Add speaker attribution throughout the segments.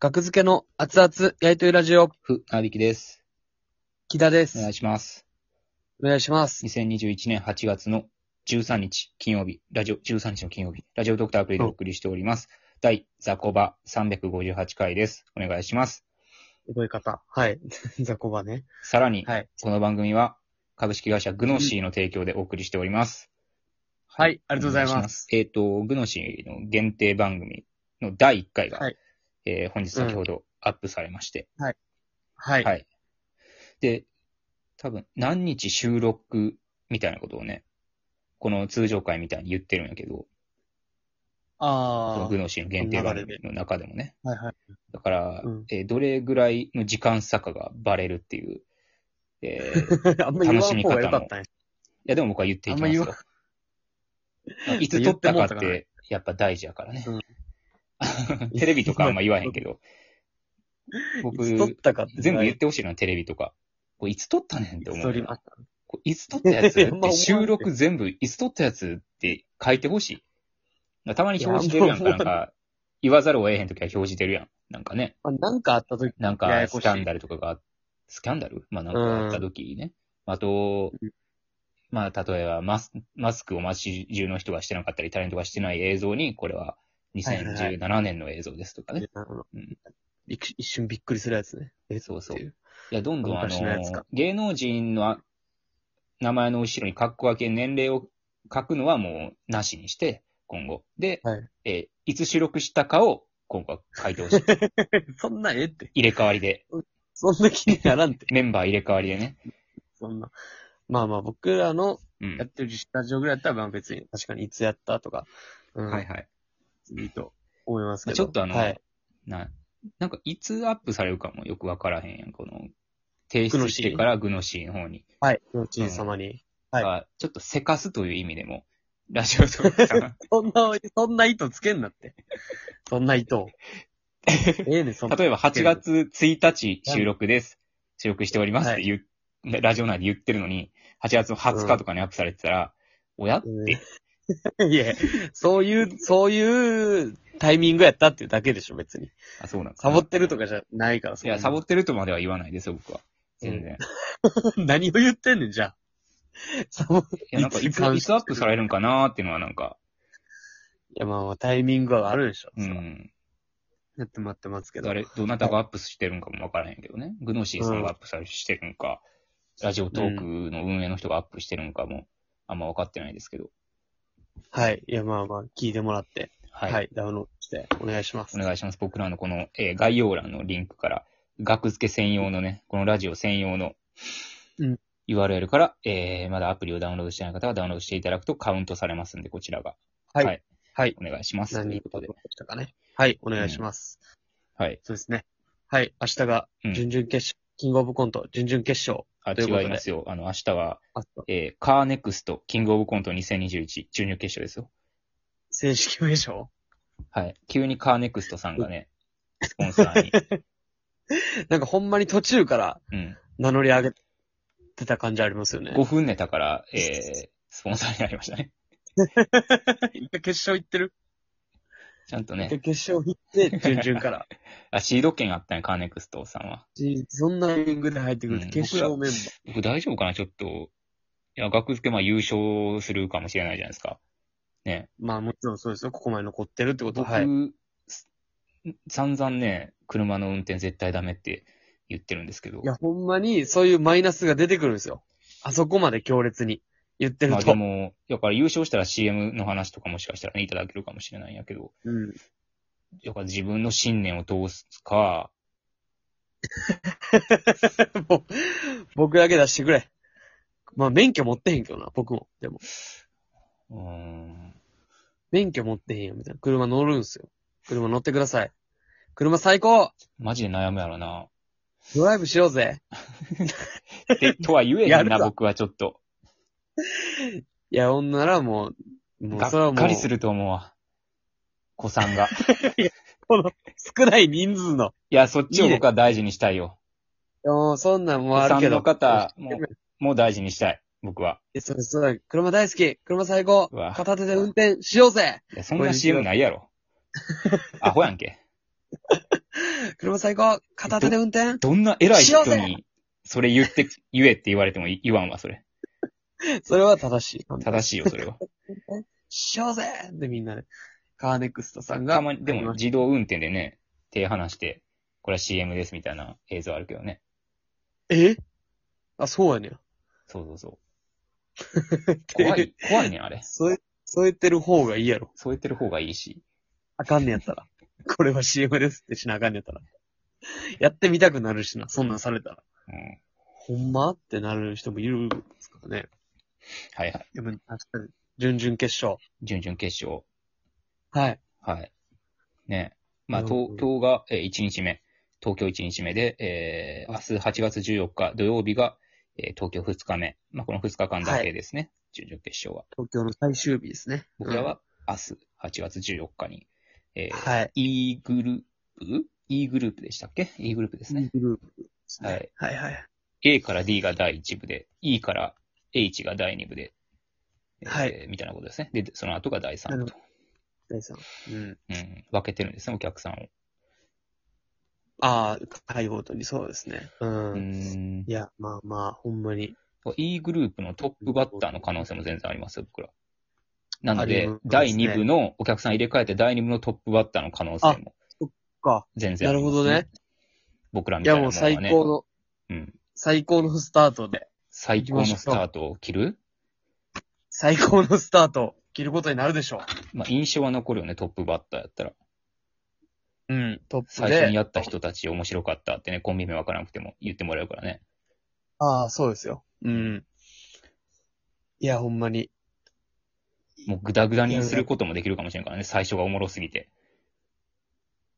Speaker 1: 学付けの熱々やりとりラジオ、
Speaker 2: ふ、なびきです。
Speaker 1: 木田で
Speaker 2: お願
Speaker 1: す
Speaker 2: い。します。
Speaker 1: お願いします。
Speaker 2: 2021年8月の13日金曜日、ラジオ、13日の金曜日、ラジオドクターアプリでお送りしております。第ザコバ358回です。お願いします。
Speaker 3: 覚え方。 はい。ザコバね。
Speaker 2: さらに、
Speaker 3: はい。
Speaker 2: この番組は株式会社グノシーの提供でお送りしております。
Speaker 3: はい。ありがとうございます。
Speaker 2: す。えっ、と、グノシーの限定番組の第1回が、
Speaker 3: はい
Speaker 2: えー本日先ほどアップされまして、
Speaker 3: はい。
Speaker 2: はい。で、多分、何日収録みたいなことをね、この通常会みたいに言ってるんやけど、その
Speaker 3: あ
Speaker 2: グノシーの限定番
Speaker 3: 流
Speaker 2: 組の中でもね。
Speaker 3: あ。はいはい。
Speaker 2: だから、
Speaker 3: うん
Speaker 2: えーどれぐらいの時間差かがバレるっていう、えーい
Speaker 3: あんま言わん方がよかったね。
Speaker 2: や、でも僕は言っていきます
Speaker 3: あんま
Speaker 2: よ。いつ撮ったかって、やっぱ大事やからね。
Speaker 3: うん
Speaker 2: テレビとかあんま言わへんけど。僕、
Speaker 3: いつ撮ったかって。
Speaker 2: 全部言っ
Speaker 3: って
Speaker 2: ほしいな、テレビとか。これいつ撮ったねんって
Speaker 3: て
Speaker 2: 思う。
Speaker 3: 撮りました。
Speaker 2: こういつ撮ったやつ
Speaker 3: いや
Speaker 2: っ
Speaker 3: まあ思わ
Speaker 2: て
Speaker 3: ん
Speaker 2: 収録全部、いつ撮ったやつって書いてほしい。なんかたまに表示出るやん
Speaker 3: い
Speaker 2: か、
Speaker 3: や
Speaker 2: なんか、言わざるを得へんときは表示出るやん。なんかね、
Speaker 3: あ、なんかあった時。
Speaker 2: なん
Speaker 3: や
Speaker 2: か
Speaker 3: やこし
Speaker 2: ス
Speaker 3: い
Speaker 2: キャンダルとかが、スキャンダルまあなんかあったときね。あと
Speaker 3: うん、
Speaker 2: まあ例えばマスマスクを街中の人がしてなかったり、タレントがしてない映像に、これは2017年の映像ですとかね。うん
Speaker 3: いく一瞬びっくりするやつね。え
Speaker 2: そうそう
Speaker 3: ってい
Speaker 2: いや、どんどんあの
Speaker 3: 昔のやつか、
Speaker 2: 芸能人のあ名前の後ろに格好分け、年齢を書くのはもうなしにして、今後。で、
Speaker 3: はい
Speaker 2: えーいつ収録したかを今後は書いてほ しい。
Speaker 3: そんなええって。
Speaker 2: 入れ替わりで、
Speaker 3: そんな気にならん って。
Speaker 2: メンバー入れ替わりでね。
Speaker 3: そんな。まあまあ、僕らの
Speaker 2: うん
Speaker 3: やっ。てるスタジオぐらいだったら、まあ別に確かにいつやったとか、うん、
Speaker 2: はいはい。
Speaker 3: いいと思いますけど。
Speaker 2: ちょっとあの
Speaker 3: はい。
Speaker 2: な、なんかいつアップされるかもよくわからへんやん。この、提出してからグノシーの方に。
Speaker 3: はい。のちん様に。はい
Speaker 2: あちょっとせかすという意味でも、ラジオとかさん
Speaker 3: そんな、そんな意図つけんなって。そんな意図を。ええね、そんな。
Speaker 2: 例えば8月1日収録です。収録しておりますって言う、ラジオ内で言ってるのに、8月の20日とかにアップされてたら、おやって、
Speaker 3: いや、そういう、そういうタイミングやったっていうだけでしょ、別に。
Speaker 2: あ、そうなんです
Speaker 3: サボってる
Speaker 2: と
Speaker 3: とかじゃないから、
Speaker 2: いや、サボってるとまでは言わないですよ、僕は。全然。
Speaker 3: て。 何を言ってんねん、じゃあ。サボ、い
Speaker 2: いや、なんかい
Speaker 3: い
Speaker 2: つ、
Speaker 3: つ
Speaker 2: いつアップされるんかなーっていうのはなんか、
Speaker 3: や、まあ、タイミングはあるでしょ。
Speaker 2: う
Speaker 3: そら
Speaker 2: ん。
Speaker 3: やって待ってますけど。
Speaker 2: 誰、どなたがアップしてるんかもわからへんけどね。グノシーさんがアップされしてるんか、ラジオトークの運営の人がアップしてるんかも、あんま分かってないですけど。
Speaker 3: はい。いや、まあまあ、聞いてもらって。
Speaker 2: は
Speaker 3: はいい。。ダウンロードして、お願いします。
Speaker 2: お願いします。僕らのこの、えー概要欄のリンクから、学付け専用のね、このラジオ専用の
Speaker 3: うん
Speaker 2: URL から、えーまだアプリをダウンロードしてない方はダウンロードしていただくとカウントされますんで、こちらが。
Speaker 3: はい
Speaker 2: はい。
Speaker 3: はい
Speaker 2: お願いします。
Speaker 3: 何
Speaker 2: という
Speaker 3: 人
Speaker 2: こ
Speaker 3: かで
Speaker 2: とで。
Speaker 3: したかね。はい。お願いします。
Speaker 2: はい。
Speaker 3: そうですね。はい。明日が、
Speaker 2: うん
Speaker 3: 準々決勝、キングオブコント、準々決勝。
Speaker 2: あ、
Speaker 3: ということ
Speaker 2: 違
Speaker 3: で
Speaker 2: いますよ。あの、明日は、
Speaker 3: あと
Speaker 2: えー、カーネクスト、キングオブコント2021、準々決勝ですよ。
Speaker 3: 正式名称
Speaker 2: はい。急にカーネクストさんがね、スポンサ ーに。
Speaker 3: なんかほんまに途中から
Speaker 2: うん。
Speaker 3: 名乗り上げてた感じありますよね。
Speaker 2: 5分ネタから、えー、スポンサーになりましたね。
Speaker 3: 一回 決勝行ってる
Speaker 2: ちゃんと
Speaker 3: 一回
Speaker 2: ね。
Speaker 3: 決勝行って、準々 から。
Speaker 2: あ、シード権あったね、カーネクストさんは。
Speaker 3: しそんなリングで入ってくる
Speaker 2: うん
Speaker 3: 決勝メンバー。
Speaker 2: 僕大丈夫かなちょっと。いや、学付けまあ優勝するかもしれないじゃないですか。ね。
Speaker 3: まあもちろんそうですよ。ここまで残ってるってことは。
Speaker 2: 僕、
Speaker 3: はい。
Speaker 2: す散々ね、車の運転絶対ダメって言ってるんですけど
Speaker 3: い。や、ほんまにそういうマイナスが出てくるんですよ。あそこまで強烈に言ってる
Speaker 2: まあ
Speaker 3: と。
Speaker 2: でも、だから優勝したら CM の話とかもしかしたらね、いただけるかもしれないんやけど、
Speaker 3: うん。
Speaker 2: だから自分の信念を通すか、
Speaker 3: もう僕だけ出してくれ。まあ免許持ってへんけどな、僕も。でも、
Speaker 2: うーん。
Speaker 3: 免許持ってへんよ、みたいな。車乗るんすよ。車乗ってください。車最高
Speaker 2: マジで悩むやろな。
Speaker 3: ドライブしようぜ
Speaker 2: で、とは言えへ
Speaker 3: や
Speaker 2: ん
Speaker 3: る
Speaker 2: な、
Speaker 3: か
Speaker 2: 僕はちょっと。
Speaker 3: いや、ほんならもう、もうそれ
Speaker 2: が
Speaker 3: は
Speaker 2: っ
Speaker 3: も
Speaker 2: か
Speaker 3: う、
Speaker 2: りすると思うわ。子さ んが。
Speaker 3: 少ない人数の。
Speaker 2: いや、そっちを僕は大事にしたいよ。
Speaker 3: いやもうそんなんもうあ
Speaker 2: お
Speaker 3: る
Speaker 2: 産
Speaker 3: け
Speaker 2: の
Speaker 3: ど。
Speaker 2: 方
Speaker 3: い
Speaker 2: ももう大事にしたい。僕は。
Speaker 3: やそうそうだ、車大好き、車最高
Speaker 2: う、わ
Speaker 3: 片手で運転しようぜ
Speaker 2: いやそんな CM ないやろ。アホやんけ。
Speaker 3: 車最高片手で運転
Speaker 2: どんな偉い人
Speaker 3: 幸
Speaker 2: に、それ言って、言えって言われてもい言わんわ、それ。
Speaker 4: それは正しい。
Speaker 2: 正しいよ、それは。
Speaker 3: しようぜってみんなで、カーネクストさんが。
Speaker 2: たまに、でも自動運転でね、手離して、これは CM ですみたいな映像あるけどね。
Speaker 3: えあ、そうやねん。
Speaker 2: そうそうそう。怖い、怖いね、あ れ。
Speaker 3: 添え、添えてる方がいいやろ。
Speaker 2: そう言ってる方がいいし。
Speaker 3: あかんねやったら。これは CM ですってしなあかんねやったら。やってみたくなるしな、そんなんされたら。
Speaker 2: うん。
Speaker 3: ほんまってなる人もいるんですからね。
Speaker 2: はいはい。
Speaker 3: でも、確かに。準々決勝。
Speaker 2: 準々決勝。
Speaker 3: はい。
Speaker 2: はい。ね。まあ、
Speaker 3: うん
Speaker 2: 東京が、えー1日目、東京1日目で、えー明日8月14日土曜日が、えー東京2日目。まあ、この2日間だけですね。準々決勝は。
Speaker 3: 東京の最終日ですね。
Speaker 2: 僕らは明日8月14日に、
Speaker 3: う
Speaker 2: え
Speaker 3: ん、
Speaker 2: ー
Speaker 3: はい。
Speaker 2: E グループ ?E グループでしたっけ ?E グループですね。
Speaker 3: グループですね
Speaker 2: はい。
Speaker 3: はいはい。
Speaker 2: A から D が第1部で、E から H が第2部で、えー
Speaker 3: はい
Speaker 2: みたいなことですね。で、その後が第3部と。
Speaker 3: 第三。うん。
Speaker 2: うん。分けてるんですね、お客さんを。
Speaker 3: ああ、会ごとにそうですね。うん。
Speaker 2: う
Speaker 3: い
Speaker 2: ん
Speaker 3: や、まあまあ、ほんまに。
Speaker 2: E グループのトップバッターの可能性も全然ありますよ、僕ら。なの
Speaker 3: あり
Speaker 2: で
Speaker 3: ますね、
Speaker 2: 第2部のお客さん入れ替えて第2部のトップバッターの可能性も
Speaker 3: か。
Speaker 2: 全然あ
Speaker 3: な
Speaker 2: り
Speaker 3: る
Speaker 2: ます、
Speaker 3: ほどね。。
Speaker 2: 僕らみ
Speaker 3: い
Speaker 2: たい
Speaker 3: や、
Speaker 2: な
Speaker 3: もう
Speaker 2: も
Speaker 3: ん
Speaker 2: はね。
Speaker 3: 最高の、
Speaker 2: うん。
Speaker 3: 最高のスタートで、
Speaker 2: 最高のスタートを切る
Speaker 3: 最高のスタートを切ることになるでしょ
Speaker 2: まあ、印象は残るよね、トップバッターやったら。
Speaker 3: う。うん。トップで。
Speaker 2: 最初にやった人たち面白かったってね、コンビ名わからなくても言ってもらえるからね。
Speaker 3: ああ、そうですよ。うん。いや、ほんまに。
Speaker 2: もうグダグダにすることもできるかもしれんからね、最初がおもろすぎて。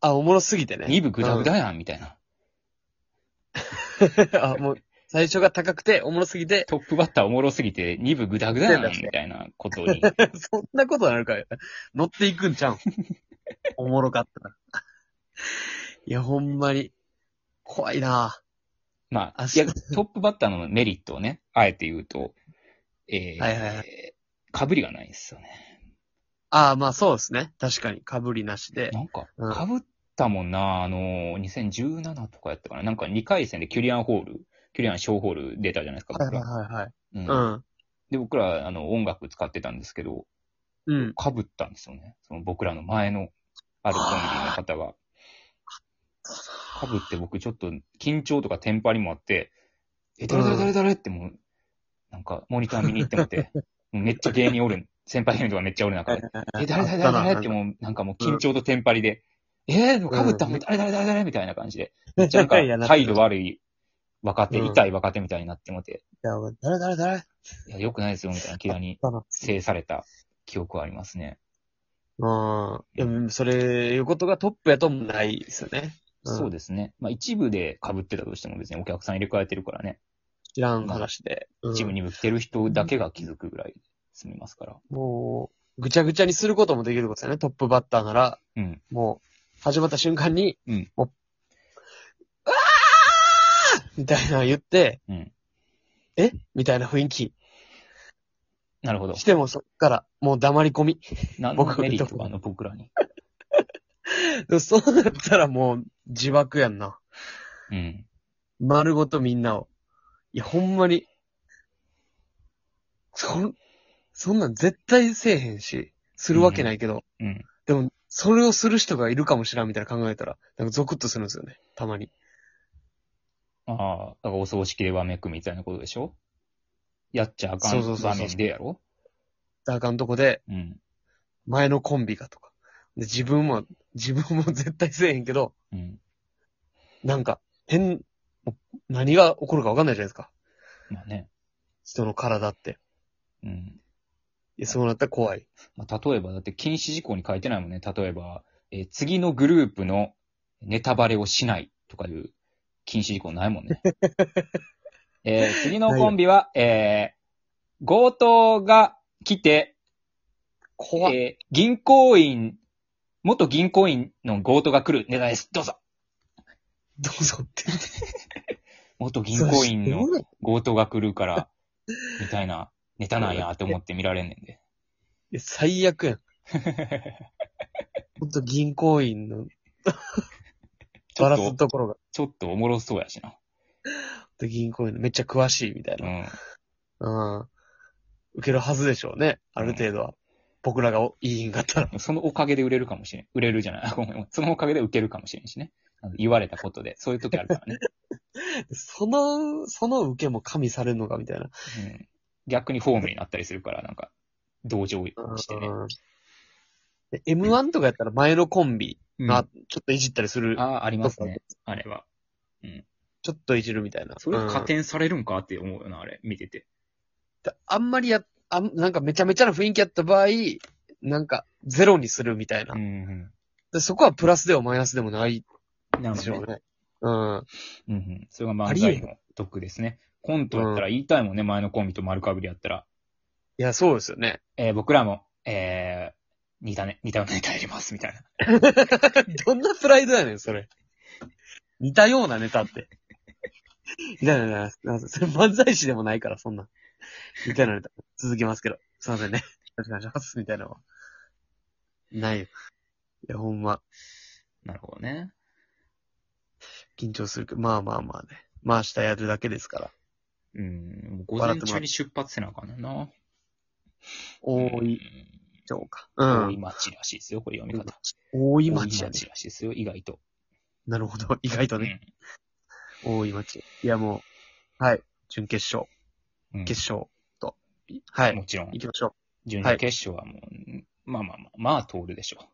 Speaker 3: あ、おもろすぎてね。
Speaker 2: 2部グダグダやん、みたいな。
Speaker 3: うんあ、もう、最初が高くて、おもろすぎて、
Speaker 2: トップバッターおもろすぎて、2部グダグダやん、みたいなことに。
Speaker 3: そんなことなるかよ。乗っていくんちゃ うん。おもろかったら。いや、ほんまに。怖いな
Speaker 2: まあ
Speaker 3: あ、
Speaker 2: いや、
Speaker 3: そ
Speaker 2: トップバッターのメリットをね、あえて言うと、えー、
Speaker 3: はいはいは
Speaker 2: かぶりがないんですよね。
Speaker 3: ああ、まあそうですね。確かに、被りなしで。
Speaker 2: なんか、
Speaker 3: うん
Speaker 2: かぶったもんな、あのー、2017とかやったかな。なんか2回戦でキュリアンホール、キュリアン小ホール出たじゃないですか、
Speaker 3: はい
Speaker 2: 僕
Speaker 3: はい
Speaker 2: ら。
Speaker 3: はいはい。
Speaker 2: うん
Speaker 3: うん。
Speaker 2: で、僕ら、あの、音楽使ってたんですけど、
Speaker 3: うん。
Speaker 2: かぶったんですよね。その僕らの前の、あるコンビの方が。かぶって僕ちょっと緊張とかテンパりもあって、え、誰誰誰誰ってもう、なんかモニター見に行っても って、もうめっちゃ芸人おるん、先輩芸人とかめっちゃおる中で、え、誰誰誰誰って
Speaker 3: も
Speaker 2: もう、なんかもう緊張とテンパりで、えー、でもかぶった
Speaker 3: うん
Speaker 2: もう誰誰誰誰みたいな感じで、
Speaker 3: め
Speaker 2: めっちゃなんか
Speaker 3: いやなってる
Speaker 2: 態度悪い若手、
Speaker 3: うん
Speaker 2: 痛い若手みたいになってもって、
Speaker 3: いや、誰誰誰
Speaker 2: いや、良くないですよ、みたいな気だに
Speaker 3: だな。
Speaker 2: 制された記憶はありますね。
Speaker 3: うん。でも、それ、いうことがトップやともないですよね。うん
Speaker 2: そうですね。まあ一部で被ってたとしても別にお客さん入れ替えてるからね。
Speaker 3: 知らん話で。うん
Speaker 2: 一部に部来てる人だけが気づくぐらい済みますから。
Speaker 3: もう、ぐちゃぐちゃにすることもできることだよね。トップバッターなら、
Speaker 2: うん。
Speaker 3: もう、始まった瞬間に、
Speaker 2: うん
Speaker 3: もう、うわーみたいなの言って、
Speaker 2: うん。
Speaker 3: えみたいな雰囲気
Speaker 2: なるほ ど
Speaker 3: し。てもそっから、もう黙り込み。
Speaker 2: 何の
Speaker 3: 僕
Speaker 2: メリットがあの僕らに。
Speaker 3: でもそうなったらもう、自爆やんな。
Speaker 2: うん。
Speaker 3: 丸ごとみんなを。いや、ほんまに。そん、そんなん絶対せえへんし、するわけないけど、
Speaker 2: うん。
Speaker 3: でも、それをする人がいるかもしらんみたいな考えたら、なんかゾクッとするんですよね。たまに。
Speaker 2: ああ、だからお葬式でわめくみたいなことでしょやっちゃあか
Speaker 3: そ
Speaker 2: ん
Speaker 3: うそうそうそう
Speaker 2: 場面でやろ
Speaker 3: あかんとこで、
Speaker 2: うん。
Speaker 3: 前のコンビがとか。で、自分も、自分も絶対せえへんけど、
Speaker 2: うん。
Speaker 3: なんか、変、もう何が起こるかわかんないじゃないですか。
Speaker 2: まあね。
Speaker 3: 人の体って。
Speaker 2: うん。
Speaker 3: いや、そうなったら怖い。
Speaker 2: まあ、例えば、だって禁止事項に書いてないもんね。例えば、えー次のグループのネタバレをしないとかいう禁止事項ないも んね。えー次のコンビは、えー強盗が来て、
Speaker 3: 怖い。
Speaker 2: えー銀行員、元銀行員の強盗が来るネタです。どうぞ
Speaker 3: どうぞって。
Speaker 2: 元銀行員の
Speaker 3: それ知ってる
Speaker 2: 強盗が来るから、みたいなネタなんやって思って見られんねんで。
Speaker 3: いや最 悪やん。ほんと銀行員の
Speaker 2: ちょ
Speaker 3: バ
Speaker 2: っ
Speaker 3: ラす
Speaker 2: と、
Speaker 3: ところが、
Speaker 2: ちょっとおもろそうやしな。
Speaker 3: で銀行員のめっちゃ詳しいみたいうな。う
Speaker 2: ん。
Speaker 3: ん。受けるはずでしょうね。ある程度は。僕らがおいいんかった ら。
Speaker 2: そのおかげで売れるかもしれん。売れるじゃない。 ごめん。そのおかげで受けるかもしれんしね。あの言われたことで。そういう時あるからね。
Speaker 3: その、その受けも加味されるのかみたいな。
Speaker 2: うん、逆にホームになったりするから、なんか、同情してね。
Speaker 3: うんで M1 とかやったら前のコンビ
Speaker 2: うん、
Speaker 3: が
Speaker 2: あ
Speaker 3: ちょっといじったりする。
Speaker 2: あ、ありますね。あれは。
Speaker 3: ちょっといじるみたいな。
Speaker 2: それ
Speaker 3: うん
Speaker 2: 加点されるんかって思うよな、あれ。見てて。
Speaker 3: あんまりや、あんなんかめちゃめちゃな雰囲気やった場合、なんかゼロにするみたいな。
Speaker 2: ん、
Speaker 3: でそこはプラスでもマイナスでもない
Speaker 2: うん。な
Speaker 3: で
Speaker 2: る
Speaker 3: しょ
Speaker 2: ほど
Speaker 3: う
Speaker 2: ね。
Speaker 3: ね。うん。
Speaker 2: うんうん。それが
Speaker 3: あ
Speaker 2: 漫
Speaker 3: りえ
Speaker 2: 才
Speaker 3: へん
Speaker 2: の得ですね。コントやったら言いたいもんね、前のコンビと丸かぶりやったら。
Speaker 3: いや、そうですよね。
Speaker 2: えー僕らも、えー、似たね、似たようなネタやります、みたいな。
Speaker 3: どんなプライドやねん、それ。似たようなネタって。みたいな、なんかそれ漫才師でもないから、そんな。みたいなネタ。続きますけど。すいませんね。よろしくお願いします。みたいなのは。ないよ。いや、ほんま、
Speaker 2: なるほどね。
Speaker 3: 緊張するけど、まあまあまあね。まあ明日やるだけですから。
Speaker 2: うん。もう午前中に出発せなあかんねんな。
Speaker 3: 多い町か。う
Speaker 2: うん。多い
Speaker 3: ん。
Speaker 2: 町らしいですよ、これ読み方。
Speaker 3: 大井
Speaker 2: 多い
Speaker 3: 町
Speaker 2: 町
Speaker 3: や
Speaker 2: ら
Speaker 3: ね
Speaker 2: し。いですよ、意外と。
Speaker 3: なるほど。意外とね。大井町。いや、もう、はい。準決勝、
Speaker 2: うん
Speaker 3: 決勝と。はい。
Speaker 2: もちろん
Speaker 3: 行、きましょ
Speaker 2: 準
Speaker 3: は
Speaker 2: 々
Speaker 3: い
Speaker 2: 決勝はもう、まあまあまあ、まあ通るでしょ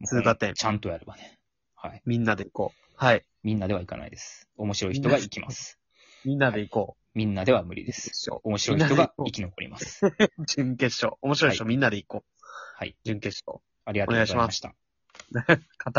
Speaker 2: う。
Speaker 3: 通過点
Speaker 2: ちゃんとやればね。はい。
Speaker 3: う。みんなで行こう。はい。
Speaker 2: みんなでは行かないです。面白い人が行きます。
Speaker 3: みんなで行こ
Speaker 2: みんなでは無理
Speaker 3: う。
Speaker 2: です。
Speaker 3: 決勝。
Speaker 2: 面白い人が生き残 ります。
Speaker 3: 準決勝。面白いでしょ、
Speaker 2: は
Speaker 3: みんなで行こう。
Speaker 2: はい。
Speaker 3: 準決勝。
Speaker 2: ありがとうございました。
Speaker 3: 硬い。